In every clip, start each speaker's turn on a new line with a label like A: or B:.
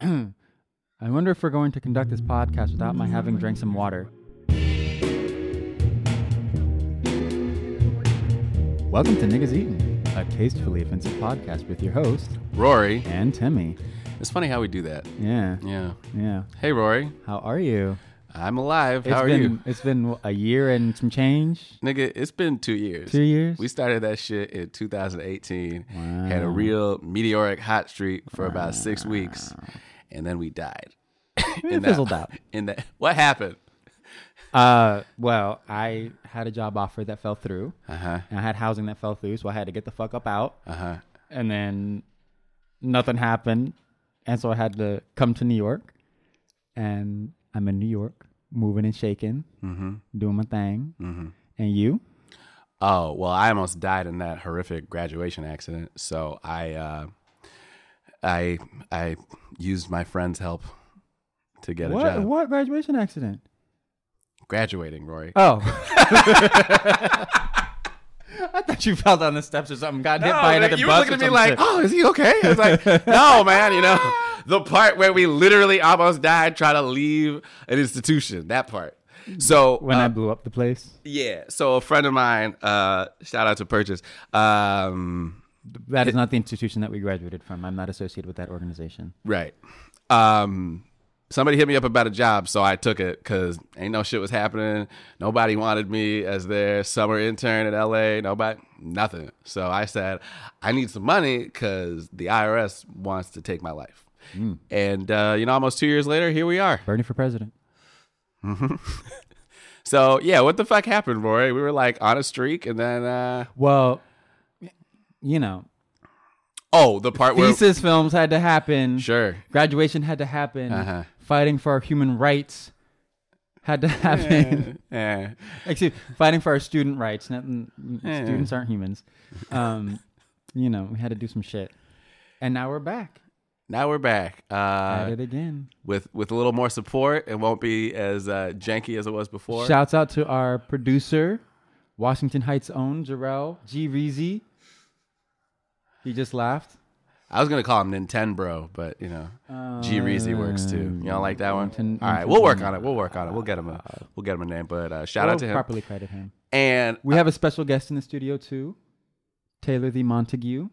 A: I wonder if we're going to conduct this podcast without my having drank some water. Welcome to Niggas Eatin', a tastefully offensive podcast with your host
B: Rory.
A: and Timmy.
B: It's funny how we do that.
A: Yeah,
B: Yeah.
A: yeah.
B: Hey, Rory.
A: How are you?
B: I'm alive.
A: It's
B: how are
A: been
B: you?
A: it's been a year and some change.
B: Nigga, it's been two years.
A: Two years.
B: We started that shit in 2018.
A: Wow.
B: Had a real meteoric hot streak for about six weeks, and then we died.
A: it fizzled out.
B: In that, what happened?
A: Uh, well, I had a job offer that fell through,
B: Uh huh.
A: and I had housing that fell through, so I had to get the fuck up out.
B: Uh huh.
A: and then nothing happened and so i had to come to new york and i'm in new york moving and shaking doing my thing and you
B: Oh well, I almost died in that horrific graduation accident. So I, uh, I, I used my friend's help to get a
A: what
B: job.
A: what graduation accident
B: Graduating, Rory.
A: oh i thought you fell down the steps or something got hit
B: No,
A: by
B: Oh, man,
A: another
B: you were
A: bus
B: looking
A: or
B: at me
A: some
B: like,
A: shit.
B: "Oh, is he okay?" I was like, "No, man. You know, the part where we literally almost died trying to leave an institution. That part." So
A: when
B: uh,
A: i blew up the place
B: yeah, so a friend of mine, uh, shout out to Purchase. Um,
A: that is not the institution that we graduated from i'm not associated with that organization
B: right. Um, somebody hit me up about a job, so I took it because ain't no shit was happening. Nobody wanted me as their summer intern in LA. Nobody, nothing. So I said, I need some money because the IRS wants to take my life. And uh, you know, almost two years later, here we are.
A: bernie for president
B: So yeah, what the fuck happened, Roy? We were like on a streak, and then uh,
A: well you know
B: oh, the part where
A: thesis films had to happen
B: sure,
A: graduation had to happen
B: Uh-huh.
A: fighting for our human rights had to happen
B: yeah,
A: excuse fighting for our student rights not, students aren't humans um, you know we had to do some shit and now we're back
B: now we're back.
A: at
B: Uh,
A: it again
B: with with a little more support, it won't be as uh, janky as it was before.
A: shouts out to our producer washington heights own jarrell g Reezy. he just laughed
B: I was gonna call him Nintendo, but you know, G Reezy works
A: Um, Uh,
B: too. You don't like that one?
A: Ninten-
B: All right, we'll work on it. We'll work on it. We'll get him a we'll get him a name. But uh, shout out to
A: We'll
B: him.
A: properly credit him
B: And
A: We have a special guest in the studio too, Taylor the Montague,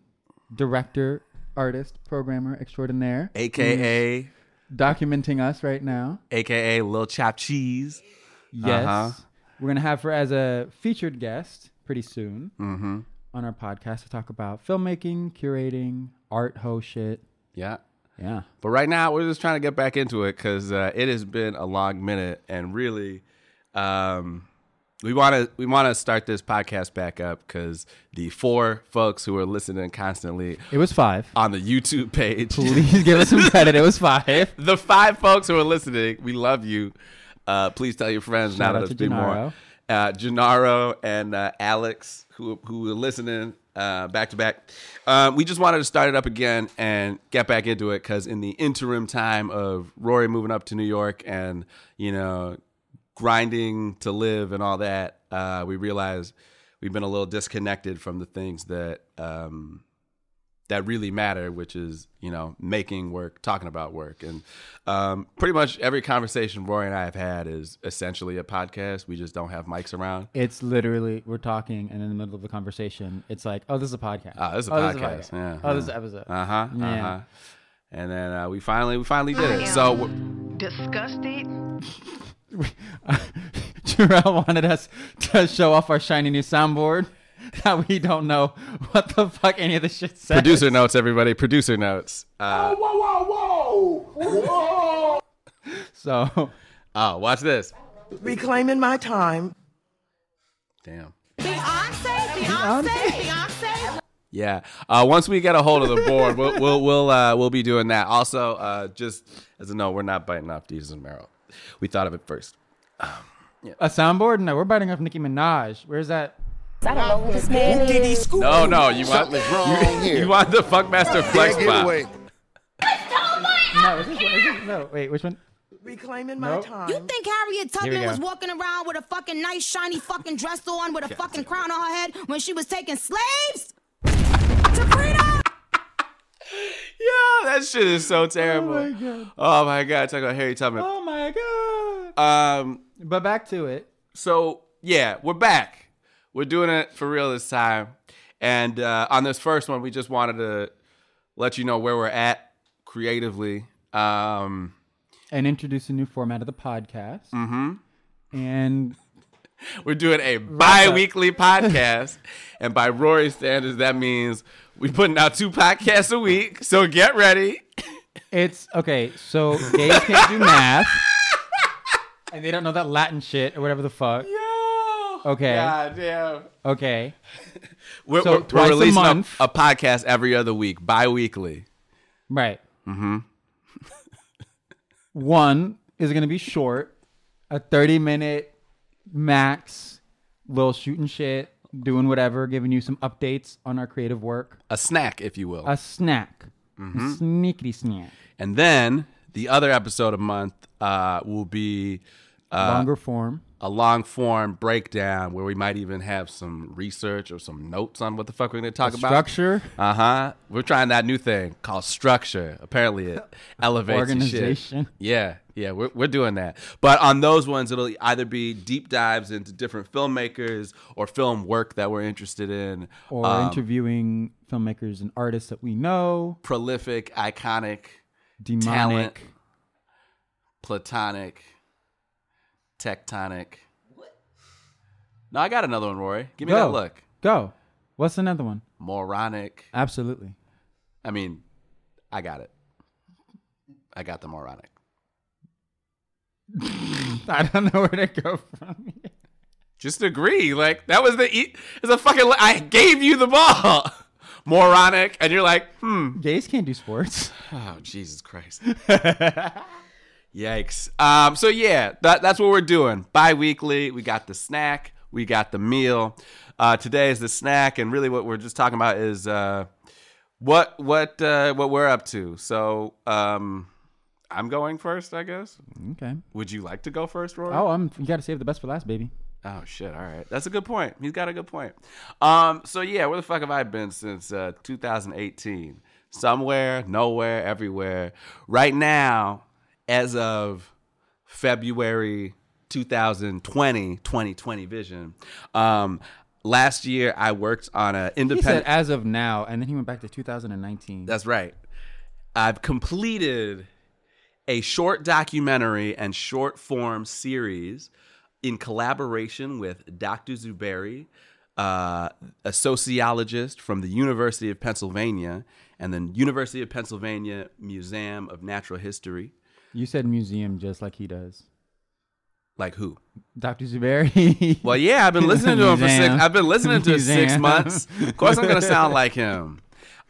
A: director, artist, programmer extraordinaire,
B: AKA
A: documenting us right now.
B: AKA Lil Chop Cheese.
A: Yes,
B: Uh-huh.
A: we're gonna have her as a featured guest pretty soon
B: Mm-hmm.
A: on our podcast to talk about filmmaking, curating, art, ho shit.
B: Yeah.
A: Yeah,
B: But right now, we're just trying to get back into it because uh, it has been a long minute, and really, um, we want to we want to start this podcast back up because the four folks who are listening constantly
A: it was five.
B: on the YouTube page.
A: Please give us some credit. It was five.
B: the five folks who are listening, we love you. Uh, please tell your friends
A: Shout
B: now
A: out
B: that it's
A: to
B: been
A: Gennaro.
B: more. Uh, Gennaro and uh, Alex, who who are listening uh, back to back. Um, we just wanted to start it up again and get back into it because in the interim time of Rory moving up to New York and you know grinding to live and all that, uh, we realized we've been a little disconnected from the things that. Um, that really matter, which is you know making work, talking about work, and um, pretty much every conversation Rory and I have had is essentially a podcast. We just don't have mics around.
A: It's literally we're talking, and in the middle of the conversation, it's like, "Oh, this is a podcast.
B: Ah, this is a
A: oh,
B: podcast. Yeah,
A: oh, this is
B: yeah.
A: an episode."
B: Uh huh.
A: Yeah.
B: Uh huh. And then uh, we finally we finally did it. So w-
C: disgusted.
B: Ah.
A: Jarrell wanted us to show off our shiny new soundboard that we don't know what the fuck any of this shit says.
B: producer notes, everybody. Producer notes. Uh,
A: So
B: oh, watch this.
D: reclaiming my time.
B: Damn.
E: Beyonce, Beyonce, Beyonce.
B: Yeah. Uh, once we get a hold of the board, we'll we'll we'll, uh, we'll be doing that. Also, uh, just as a note, we're not biting off Jesus and Meryl. We thought of it first.
A: a soundboard? No, we're biting off Nicki Minaj. Where's that?
B: No, no, you want
F: Something's wrong here.
B: You want the Funkmaster Flex
F: Get
B: Box.
F: away.
A: No, is this, is this, no, wait, which one?
D: Reclaiming
A: Nope.
D: my time.
E: You think Harriet
A: Here we
E: Tubman
A: go.
E: was walking around with a fucking nice shiny fucking dress on with a fucking crown on her head when she was taking slaves? to freedom?
B: Yeah, that shit is so terrible.
A: my God.
B: Oh my god, talk about Harry Tubman.
A: Oh my god!
B: Um,
A: But back to it.
B: so yeah, we're back. We're doing it for real this time. And uh, on this first one, we just wanted to let you know where we're at creatively. Um,
A: And introduce a new format of the podcast. Mm-hmm. And
B: We're doing a bi-weekly podcast. And by Rory standards, that means we're putting out two podcasts a week. So get ready.
A: it's okay. So gays can't do math, and they don't know that Latin shit or whatever the fuck. Okay.
B: God damn.
A: Okay.
B: We're,
A: So
B: we're- we're
A: twice a
B: releasing a,
A: month.
B: a podcast every other week, bi-weekly.
A: Right. Mm-hmm. One is going to be short, a 30 minute max, little shooting shit, doing whatever, giving you some updates on our creative work.
B: A snack, if you will.
A: A snack.
B: Mm-hmm.
A: A sneaky snack.
B: and then the other episode a month uh, will be uh,
A: Longer form.
B: a long form breakdown where we might even have some research or some notes on what the fuck we're going to talk about.
A: Structure.
B: Uh huh. We're trying that new thing called structure. Apparently, it elevates and shit.
A: Organization.
B: Yeah, yeah, we're we're doing that. But on those ones, it'll either be deep dives into different filmmakers or film work that we're interested in,
A: Or
B: um,
A: interviewing filmmakers and artists that we know.
B: prolific, iconic,
A: Demonic.
B: talent, platonic, tectonic. No, I got another one, Rory. Give me
A: Go.
B: that look.
A: Go. What's another one?
B: Moronic.
A: Absolutely.
B: I mean, I got it. I got the moronic.
A: I don't know where to go from here.
B: Just agree. Like that was the e- it's a fucking. I gave you the ball, moronic, and you're like, hmm.
A: Gays can't do sports.
B: Oh Jesus Christ. Yikes. Um. So yeah, that, that's what we're doing. Bi-weekly. We got the snack. We got the meal. Uh, today is the snack, and really, what we're just talking about is uh, what what uh, what we're up to. So um, I'm going first, I guess.
A: Okay.
B: Would you like to go first, Rory?
A: Oh, I'm. You gotta save the best for last, baby.
B: Oh shit! All right, that's a good point. He's got a good point. Um, so yeah, where the fuck have I been since uh, 2018? Somewhere, nowhere, everywhere. Right now, as of February 2020, 2020 vision. Um, last year, I worked on an
A: He said
B: independent.
A: as of now, and then he went back to 2019.
B: That's right. I've completed a short documentary and short form series in collaboration with Dr. Zuberi, uh, a sociologist from the University of Pennsylvania and the University of Pennsylvania Museum of Natural History.
A: you said museum just like he does.
B: Like who?
A: Dr. Zuberi.
B: Well, yeah, I've been listening to him for six.
A: Museum.
B: I've been listening to him six
A: Museum.
B: months. Of course, I'm gonna sound like him.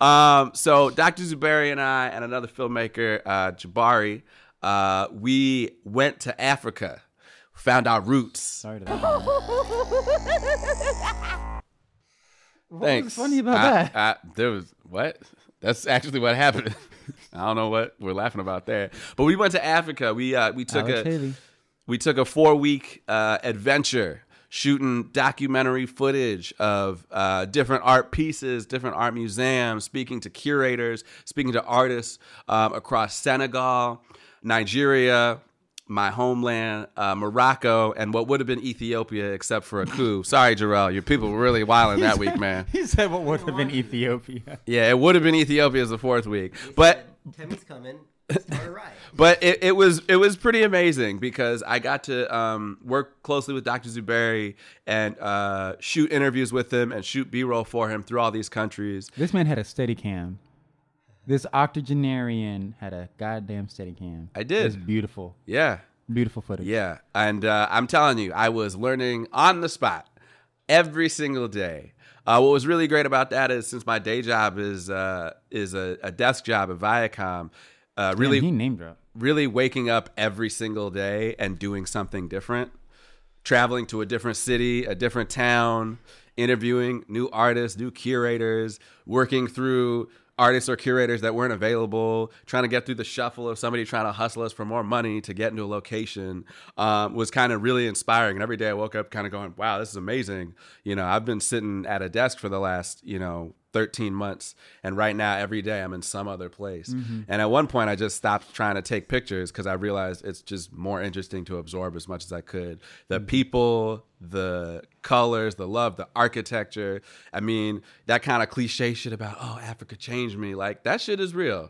B: Um, so Dr. Zuberi and I and another filmmaker, uh, Jabari, uh, we went to Africa, found our roots.
A: Sorry to that.
B: Thanks.
A: funny about
B: I-
A: that?
B: I, there was what? That's actually what happened. I don't know what we're laughing about there, but we went to Africa. We uh, we took
A: Alex
B: a
A: Haley.
B: we took a four week uh, adventure shooting documentary footage of uh, different art pieces, different art museums, speaking to curators, speaking to artists um, across Senegal, Nigeria, my homeland, uh, Morocco, and what would have been Ethiopia except for a coup. Sorry, Jarrell, your people were really wilding that week, man.
A: He said what would have been Ethiopia.
B: Yeah, it would have been Ethiopia as the fourth week, but
C: Timmy's coming. Start a riot.
B: but it, it was it was pretty amazing because I got to um, work closely with Dr. Zuberi and uh, shoot interviews with him and shoot B roll for him through all these countries.
A: This man had a steady cam. This octogenarian had a goddamn steady cam.
B: I did.
A: It's beautiful.
B: Yeah,
A: Beautiful footage.
B: yeah, and uh, I'm telling you, I was learning on the spot every single day. Uh, what was really great about that is since my day job is uh, is a, a desk job at Viacom, uh, really
A: Damn, he name drop.
B: really waking up every single day and doing something different traveling to a different city a different town interviewing new artists new curators working through artists or curators that weren't available trying to get through the shuffle of somebody trying to hustle us for more money to get into a location um, was kind of really inspiring and every day i woke up kind of going wow this is amazing you know i've been sitting at a desk for the last you know 13 months. And right now, every day, I'm in some other place. And at one point, I just stopped trying to take pictures because I realized it's just more interesting to absorb as much as I could. The people, the colors, the love, the architecture. I mean, that kind of cliche shit about, oh, Africa changed me. Like, that shit is real.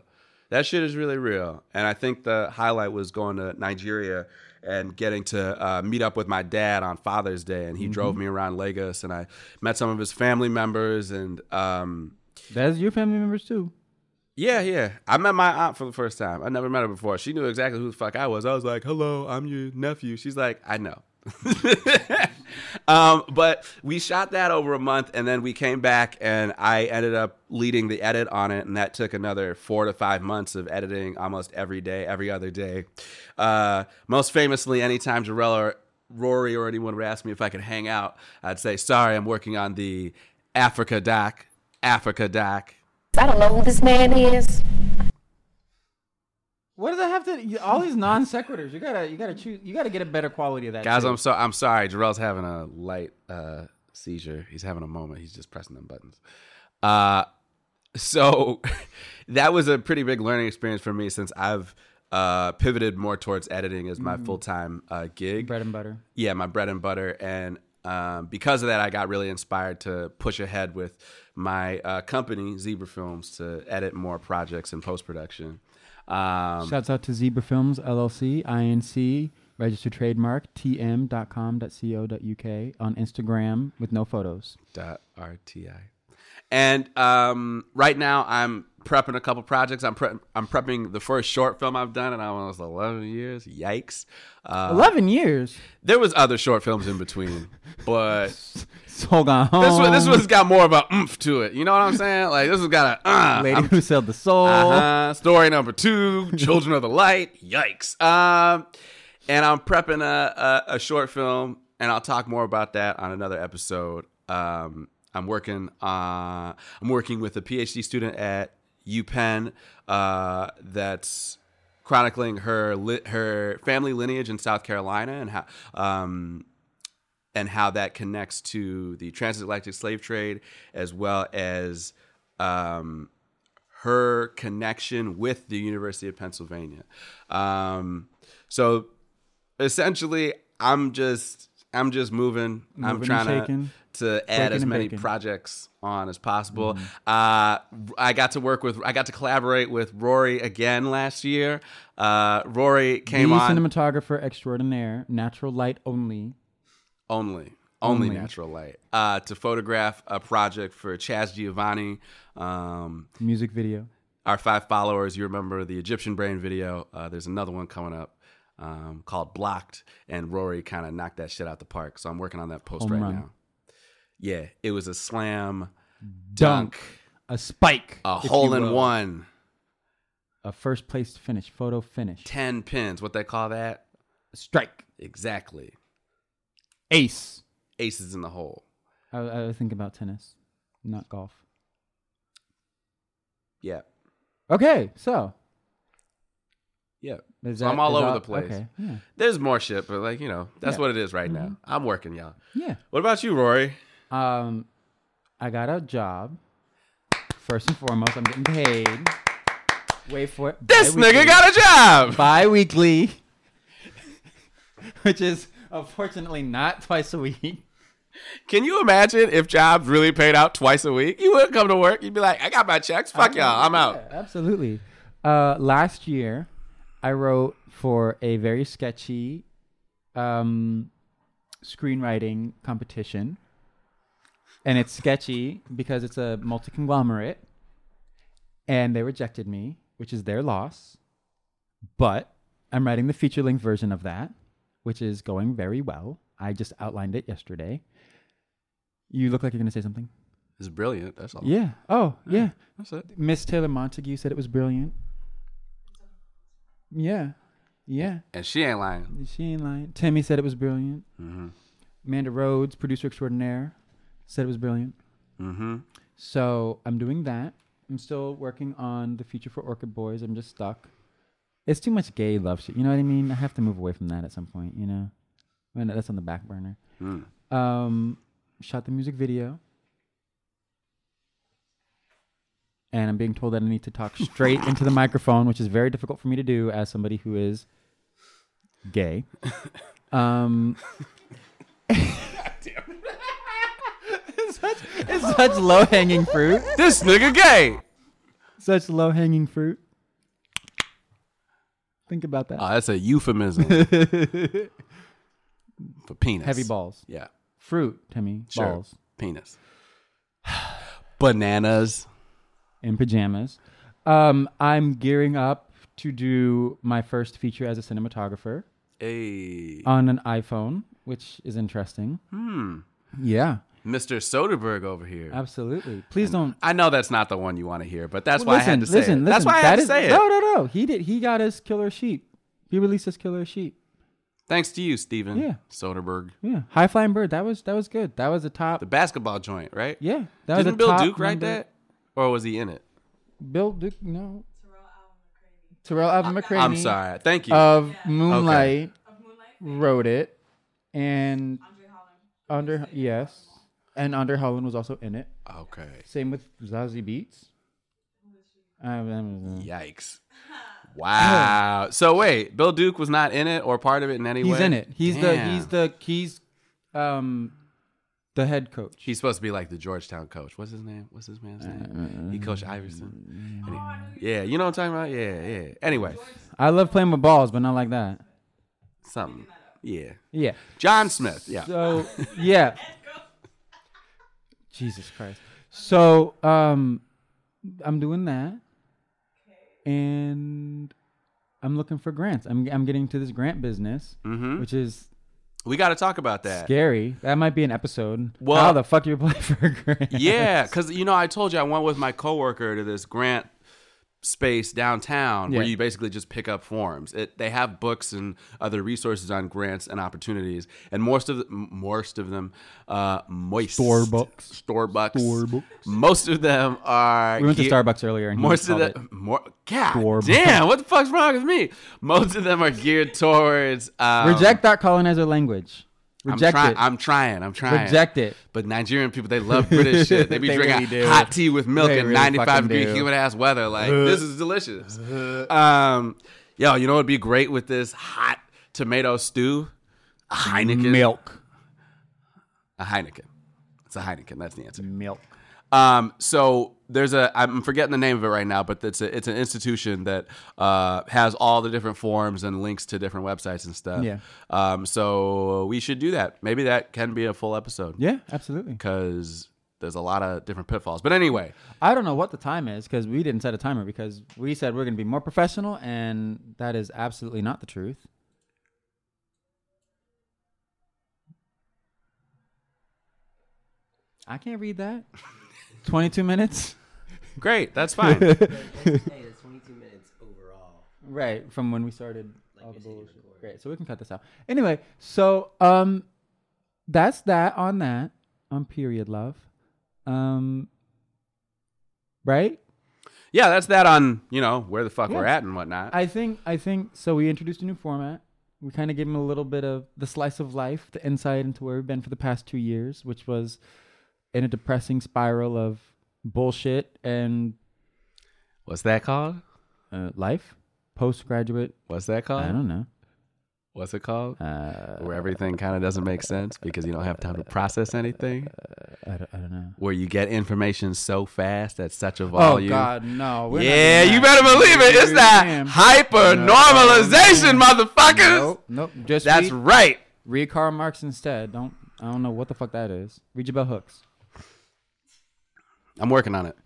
B: That shit is really real. And I think the highlight was going to Nigeria and getting to uh, meet up with my dad on Father's Day. And he drove me around Lagos and I met some of his family members. And um,
A: That's your family members too.
B: yeah, yeah. I met my aunt for the first time. I never met her before. She knew exactly who the fuck I was. I was like, hello, I'm your nephew. She's like, I know. um, but we shot that over a month and then we came back and I ended up leading the edit on it. And that took another four to five months of editing almost every day, every other day. Uh, most famously, anytime Jarell or Rory or anyone would ask me if I could hang out, I'd say, sorry, I'm working on the Africa doc, Africa doc.
F: I don't know who this man is.
A: What does that have to? All these non sequiturs. You gotta, you gotta choose. You gotta get a better quality of that.
B: Guys, I'm so I'm sorry. Jarrell's having a light uh, seizure. He's having a moment. He's just pressing them buttons. Uh, so that was a pretty big learning experience for me since I've uh, pivoted more towards editing as my full time uh, gig.
A: bread and butter.
B: Yeah, my bread and butter, and um, because of that, I got really inspired to push ahead with my uh, company Zebra Films to edit more projects in post production. Um,
A: Shouts out to Zebra Films LLC, INC, registered trademark, tm.com.co.uk on Instagram with no photos.
B: E dot rti and um, right now i'm prepping a couple projects i'm pre- i'm prepping the first short film i've done in almost 11 years yikes uh,
A: Eleven years.
B: there was other short films in between but
A: So gone home.
B: this one this one's got more of a oomph to it you know what i'm saying like this has got a uh,
A: lady
B: I'm-
A: who sold the soul.
B: uh-huh. Story number two, Children of the Light. Yikes. Um, and I'm prepping a, a, a short film, and I'll talk more about that on another episode. Um, I'm working uh, I'm working with a PhD student at UPenn uh, that's chronicling her li- her family lineage in South Carolina and how um, and how that connects to the transatlantic slave trade as well as um, her connection with the University of Pennsylvania. Um, so essentially, I'm just I'm just moving. I'm
A: and
B: trying
A: shaking.
B: to, to add
A: Shaking
B: as
A: and
B: many
A: baking. Mm-hmm.
B: projects on as possible. Uh, I got to work with I got to collaborate with Rory again last year. Uh, Rory came
A: the
B: on
A: cinematographer extraordinaire, natural light only.
B: only only
A: Only.
B: natural light uh, to photograph a project for Chaz Giovanni. Um,
A: Music video.
B: our five followers, you remember the Egyptian brain video. Uh, there's another one coming up um, called Blocked, and Rory kind of knocked that shit out the park. So I'm working on that post
A: Home
B: right
A: run.
B: now. Yeah, it was a slam
A: Dunk.
B: dunk,
A: A spike.
B: a
A: if you
B: hole in
A: will.
B: one,
A: A first place finish. Photo finish.
B: 10 pins. What they call that?
A: Strike.
B: Exactly.
A: Ace.
B: Aces in the hole.
A: I, I was thinking about tennis, not golf.
B: Yeah.
A: Okay, so
B: Yeah.
A: is
B: So I'm
A: that-
B: all
A: is
B: over the place.
A: Okay, yeah.
B: There's more shit, but like, you know,
A: Yeah.
B: that's
A: Mm-hmm.
B: what it is right now. I'm working, y'all.
A: yeah.
B: What about you, Rory?
A: Um, I got a job. First and foremost, I'm getting paid. Wait for it.
B: This nigga got a job.
A: bi-weekly, which is unfortunately not twice a week.
B: Can you imagine if jobs really paid out twice a week? You wouldn't come to work. You'd be like, I got my checks. Fuck y'all. I'm out.
A: Absolutely. Uh, last year, I wrote for a very sketchy um, screenwriting competition. And it's sketchy because it's a multi conglomerate. And they rejected me, which is their loss. But I'm writing the feature length version of that, which is going very well. I just outlined it yesterday. You look like you're going to say something.
B: It's brilliant. That's all.
A: Yeah. Oh, yeah.
B: That's it.
A: Miss Taylor Montague said it was brilliant. Yeah. Yeah.
B: And she ain't lying.
A: She ain't lying. Timmy said it was brilliant. Amanda Rhodes, producer extraordinaire, said it was brilliant. So I'm doing that. I'm still working on the feature for Orchid Boys. I'm just stuck. It's too much gay love shit. You know what I mean? I have to move away from that at some point, you know? I mean, that's on the back burner. Um, shot the music video. and I'm being told that I need to talk straight into the microphone, which is very difficult for me to do as somebody who is gay. Um, it's such, it's such low hanging fruit.
B: This nigga gay.
A: Such low hanging fruit. Think about that.
B: Oh, that's a euphemism for penis.
A: Heavy balls.
B: Yeah,
A: Fruit, Timmy.
B: sure.
A: Balls.
B: Penis. Bananas.
A: in pajamas. Um, I'm gearing up to do my first feature as a cinematographer
B: Hey,
A: on an iPhone, which is interesting. Hmm. Yeah,
B: Mr. Soderbergh over here.
A: absolutely. Please don't.
B: I know that's not the one you want to hear, but that's why
A: listen,
B: I had to say
A: listen,
B: it.
A: listen.
B: that's why I
A: that
B: had to
A: is-
B: say it.
A: No, no, no. He did. He got his killer sheep. He released his killer sheep.
B: Thanks to you, Steven
A: Yeah.
B: Soderbergh.
A: Yeah, high flying bird. That was that was good. That was a top.
B: The basketball joint, right?
A: yeah, that was a
B: Didn't Bill
A: top
B: Duke write
A: number-
B: that? Or was he in it?
A: Bill Duke, no. Terrell Alvin McCraney.
B: I'm sorry. Thank you.
A: of Moonlight wrote it, and Under yes, and Under Holland was also in it.
B: okay.
A: Same with Zazie Beats. Um, um,
B: Yikes. Wow. So wait, Bill Duke was not in it or part of it in any
A: he's
B: way?
A: in it. He's
B: Damn.
A: the he's the he's um the head coach.
B: He's supposed to be like the Georgetown coach. What's his name? What's his man's name? He coached Iverson.
A: Mm-hmm.
B: And he- yeah, you know what I'm talking about? Yeah, yeah. Anyway,
A: I love playing with balls, but not like that.
B: something. Yeah.
A: Yeah.
B: John Smith. Yeah.
A: So yeah. Jesus Christ. So um I'm doing that. And I'm looking for grants. I'm I'm getting to this grant business,
B: Mm-hmm.
A: which is
B: We got to talk about that.
A: scary. That might be an episode.
B: Well-
A: How the fuck do you apply for a grant?
B: Yeah, because you know, I told you I went with my coworker to this grant space downtown where
A: Yeah.
B: you basically just pick up forms. It, they have books and other resources on grants and opportunities, and most of the, m- most of them, uh, moist
A: Starbucks.
B: Starbucks,
A: Starbucks.
B: Most of them are.
A: We went to
B: geared-
A: Starbucks earlier and he
B: Most of
A: called
B: the more, God
A: Starbucks.
B: damn, what the fuck's wrong with me? Most of them are geared towards um,
A: Reject that colonizer language.
B: I'm,
A: Reject
B: try-
A: it.
B: I'm trying. I'm trying.
A: Reject it.
B: But Nigerian people, they love British shit. They be
A: They
B: drinking
A: really do.
B: hot tea with milk
A: They
B: and
A: really
B: 95
A: fucking
B: degree
A: do. Uh-huh.
B: humid ass weather. Like, this is delicious. Um, yo, you know what'd be great with this hot tomato stew? A Heineken.
A: Milk.
B: A Heineken. It's a Heineken. That's the answer.
A: Milk.
B: Um, so there's a I'm forgetting the name of it right now, but it's a, it's an institution that uh, has all the different forms and links to different websites and stuff.
A: Yeah.
B: Um, so we should do that. Maybe that can be a full episode.
A: Yeah, absolutely.
B: Because there's a lot of different pitfalls. But anyway,
A: I don't know what the time is because we didn't set a timer because we said we're going to be more professional, and that is absolutely not the truth. I can't read that. 22 minutes?
B: great. That's fine.
C: Hey, that's 22 minutes overall.
A: Right, from when we started all the bullshit. Great, so we can cut this out. Anyway, so um, that's that on that, on period love. Um, right?
B: yeah, that's that on you know where the fuck
A: Yeah.
B: we're at and whatnot.
A: I think I think so. We introduced a new format. We kind of gave him a little bit of the slice of life, the insight into where we've been for the past two years, which was in a depressing spiral of bullshit and
B: What's that called?
A: uh, life, postgraduate.
B: What's that
A: I
B: called?
A: don't know. Uh,
B: What's it called? where everything kind of doesn't make sense because you don't have time to process anything.
A: uh, I don't, I don't know.
B: where you get information so fast at such a
A: Oh
B: volume.
A: God, no. we're not
B: Yeah,
A: doing
B: you
A: that.
B: better believe it. It's that
A: Damn.
B: hyper normalization, motherfuckers.
A: Nope, nope. Just
B: That's
A: That's read,
B: right.
A: read Karl Marx instead. Don't I don't know what the fuck that is. Read your bell hooks.
B: I'm working on it.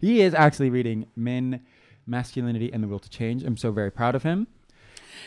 A: He is actually reading Men, Masculinity, and the Will to Change. I'm so very proud of him.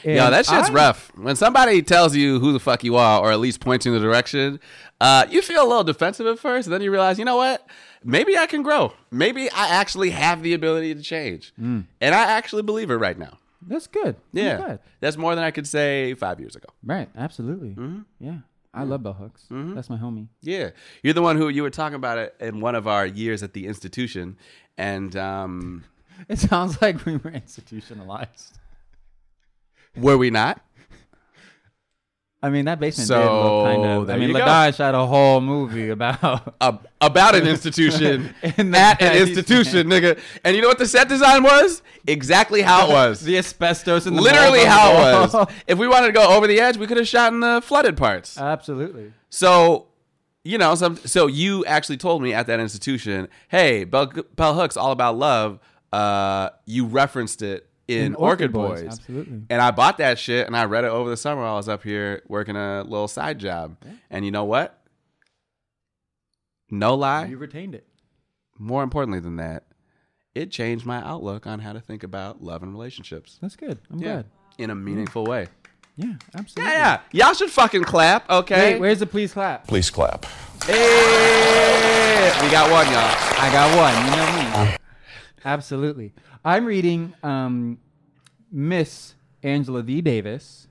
B: Yo,
A: And
B: that shit's
A: I-
B: rough. When somebody tells you who the fuck you are, or at least points you in the direction, uh, you feel a little defensive at first, and then you realize, you know what? Maybe I can grow. Maybe I actually have the ability to change, and I actually believe it right now.
A: That's good. That's
B: Yeah,
A: Hmm. good.
B: that's more than I could say five years ago.
A: Right. Absolutely.
B: Mm-hmm.
A: Yeah. I love bell hooks. That's my homie.
B: Yeah, you're the one who you were talking about it in one of our years at the institution, and um,
A: It sounds like we were institutionalized.
B: were we not?
A: I mean, that basement did
B: So,
A: look kind of.
B: there
A: I mean,
B: you go.
A: Ladash had a whole movie about.
B: A- about an institution
A: In
B: at
A: the
B: an
A: Chinese
B: institution, nigga. And you know what the set design was? Exactly how it was.
A: the asbestos and the
B: Literally
A: mold on
B: how
A: the
B: it
A: wall.
B: was. If we wanted to go over the edge, we could have shot in the flooded parts.
A: Uh. Absolutely.
B: So, you know, some, so you actually told me at that institution, hey, Bell, Bell Hook's all about love. Uh, you referenced it in,
A: In Orchid
B: Orchid, Boys.
A: Boys, absolutely.
B: And I bought that shit and I read it over the summer while I was up here working a little side job. And you know what? No lie,
A: You retained it.
B: more importantly than that, it changed my outlook on how to think about love and relationships.
A: That's good. I'm
B: Yeah.
A: glad.
B: In a meaningful way.
A: Yeah, absolutely.
B: Yeah, yeah. Y'all should fucking clap, okay?
A: Wait, where's the please clap?
G: Please clap.
B: Hey! We got one, y'all.
A: I got one. You know me. Absolutely. I'm reading um, Miss Angela V. Davis,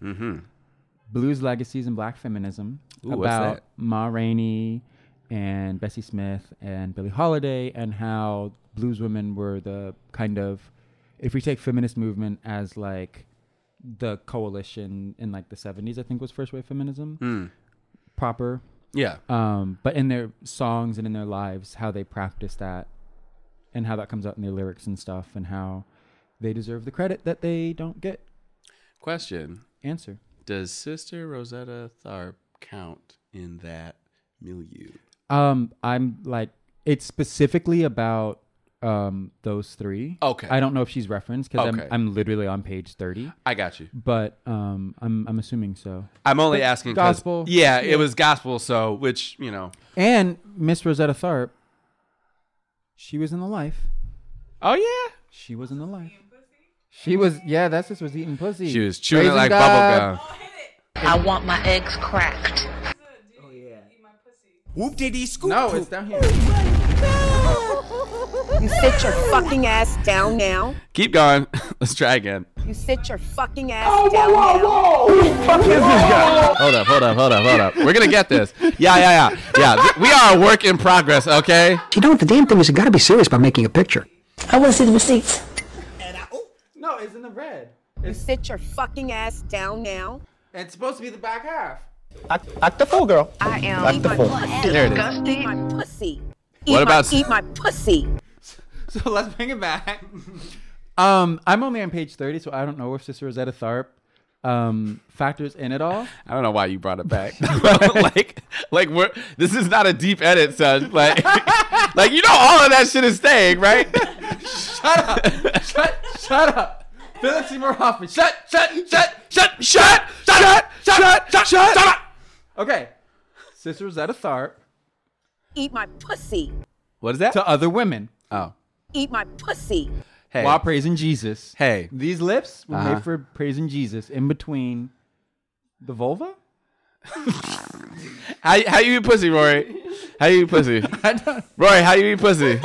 A: Blues Legacies and Black Feminism,
B: Mm-hmm. Ooh, what's
A: about
B: that?
A: Ma Rainey and Bessie Smith and Billie Holiday and how blues women were the kind of, if we take feminist movement as like the coalition in like the 70s, I think was first wave feminism,
B: Mm.
A: proper
B: Yeah.
A: um, but in their songs and in their lives, how they practice that, and how that comes out in their lyrics and stuff, and how they deserve the credit that they don't get.
B: Question
A: Answer.
B: Does Sister Rosetta Tharp count in that milieu?
A: Um, I'm like, it's specifically about um those three.
B: Okay.
A: I don't know if she's referenced because
B: Okay.
A: I'm I'm literally on page thirty,
B: I got you.
A: but um, I'm I'm assuming so.
B: I'm only
A: But
B: asking 'cause-
A: gospel.
B: Yeah, it was gospel, so which you know.
A: And Miss Rosetta Tharp, she was in the life.
B: Oh yeah,
A: She was in the life. She was, yeah, that's just was eating pussy.
B: she was chewing it
A: Raising
B: like
A: God.
B: bubble gum.
F: I want my eggs cracked.
A: No, Oh, it's down here.
H: You sit your fucking ass down now.
B: Keep going. Let's try again.
H: You sit your fucking ass down now.
B: Hold up, hold up, hold up, hold up. We're gonna get this. Yeah, yeah, yeah, yeah. th- we are a work in progress. Okay.
I: You know what the damn thing is? You got to be serious by making a picture.
F: I want to see the receipts.
A: No, it's in the red.
H: You sit your fucking ass down now.
A: It's supposed to be the back half.
H: I am like the
B: There it is.
H: Eat my pussy. Eat
B: What
H: my,
B: about-
H: eat my pussy?
A: So let's bring it back. um, I'm only on page 30, so I don't know if Sister Rosetta Tharp um, factors in at all.
B: I don't know why you brought it back. like, like we're this is not a deep edit, son. Like, like you know all of that shit is staying, right?
A: shut, shut up. Philip Seymour Hoffman. Shut, shut, shut.
B: shut, shut, shut, shut, shut, shut, shut, shut up.
A: Okay. Sister Rosetta Tharp
H: Eat my pussy.
B: What is that?
A: to other women
B: oh,
H: Eat my pussy.
B: hey,
A: while praising Jesus.
B: hey,
A: These lips were made for praising Jesus in between the vulva?
B: how how you eat pussy, Rory? How you eat pussy? Rory, how you eat pussy?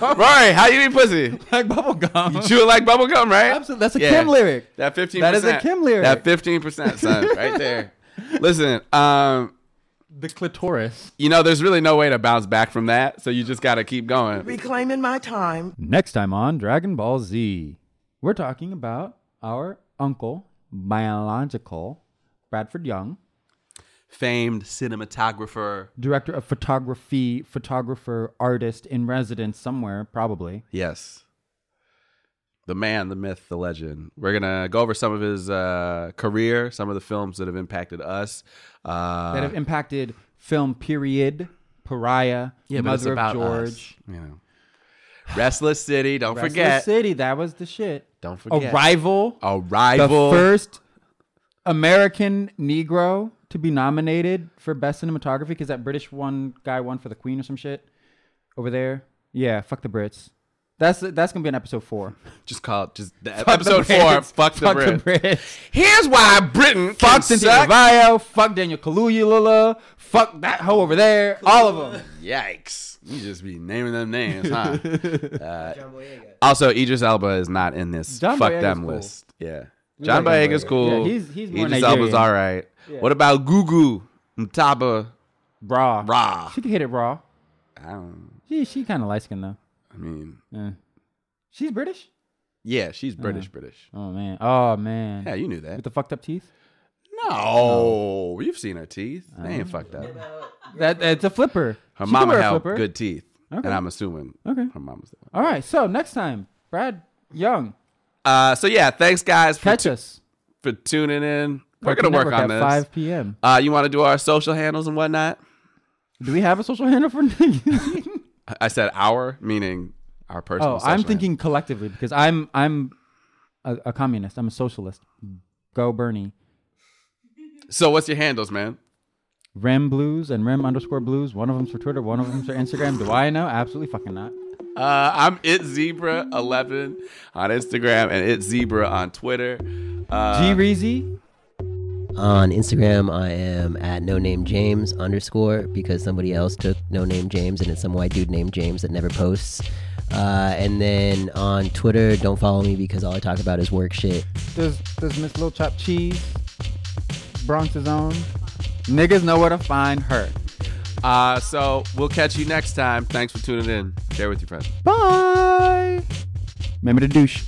B: Rory, how you eat pussy?
A: Like bubblegum. You
B: Chew it like bubblegum, right?
A: Absolutely. That's a Kim lyric.
B: That fifteen.
A: That is a Kim lyric.
B: That fifteen percent, son, right there. Listen, um,
A: the clitoris.
B: you know, there's really no way to bounce back from that, so you just got to keep going.
D: Reclaiming my time.
A: Next time on Dragon Ball Z, we're talking about our uncle, biological Bradford Young,
B: famed cinematographer.
A: director of photography, photographer, artist in residence somewhere, probably.
B: Yes. The man, the myth, the legend. We're going to go over some of his uh, career, some of the films that have impacted us. Uh,
A: That have impacted film, period, Pariah,
B: but it's
A: Mother of
B: about
A: George.
B: us, you know. Restless City, don't
A: Restless
B: forget.
A: City, that was the shit.
B: Don't forget. Oh,
A: Arrival,
B: Arrival.
A: the first American Negro to be nominated for best cinematography because that British one guy won for the Queen or some shit over there. Yeah, fuck the Brits. That's that's gonna be an episode four.
B: just call it just the
A: Fuck the
B: episode four.
A: Brits.
B: Fuck the Brit.
A: Brits.
B: Here's why Britain
A: Fuck
B: fucks
A: Cynthia Vaio. Fuck Daniel Kaluyulala. Fuck that hoe over there. All of them.
B: Yikes! You just be naming them names, huh? Also, Idris Elba is not in this
A: John
B: fuck
A: Boyega's
B: them
A: cool.
B: list. Yeah.
A: like John
B: John Boyega's
A: Boyega.
B: cool.
A: Yeah, he's- he's more
B: Idris
A: Nigerian.
B: Elba's all right. What about Gugu Mtaba?
A: Raw.
B: Raw.
A: She can hit it raw.
B: I don't
A: She she kind of light skinned though.
B: I mean,
A: She's British. Uh-huh.
B: yeah, she's British British.
A: Oh man. Oh man.
B: Yeah, you knew that.
A: With the fucked up teeth.
B: no,
A: Oh.
B: No, you've seen her teeth. They ain't fucked up.
A: That it's a flipper. She
B: Her
A: can
B: mama
A: Uh-huh. wear a
B: had
A: flipper.
B: good teeth,
A: Okay.
B: and I'm assuming
A: Okay.
B: her mama's. The one.
A: All right, so next time, Brad Young,
B: Uh, so yeah, thanks guys for,
A: catch
B: tu-
A: us.
B: for tuning in. We're
A: Cartoon
B: gonna work
A: Network
B: on
A: at
B: this.
A: 5 p.m.
B: Uh, you want to do our social handles and whatnot?
A: Do we have a social handle for Oh, niggas?
B: I- I said our, meaning our personal.
A: oh, I'm
B: social
A: thinking collectively because I'm I'm a, a communist. I'm a socialist. Go Bernie.
B: handle. So what's your handles, man?
A: Rem Blues and Rem underscore Blues. One of them's for Twitter. One of them's for Instagram. Do I know? Absolutely fucking not.
B: Uh, I'm it zebra 11 on Instagram and it zebra on Twitter. Uh,
A: G Reezy.
C: On Instagram, I am at no name James underscore because somebody else took no name James and it's some white dude named James that never posts. Uh, and then on Twitter, don't follow me because all I talk about is work shit.
A: There's there's Miss Lil Chop Cheese. Bronx's own. Niggas know where to find her.
B: uh, so we'll catch you next time. Thanks for tuning in. Share with your friends.
A: Bye. Remember the douche.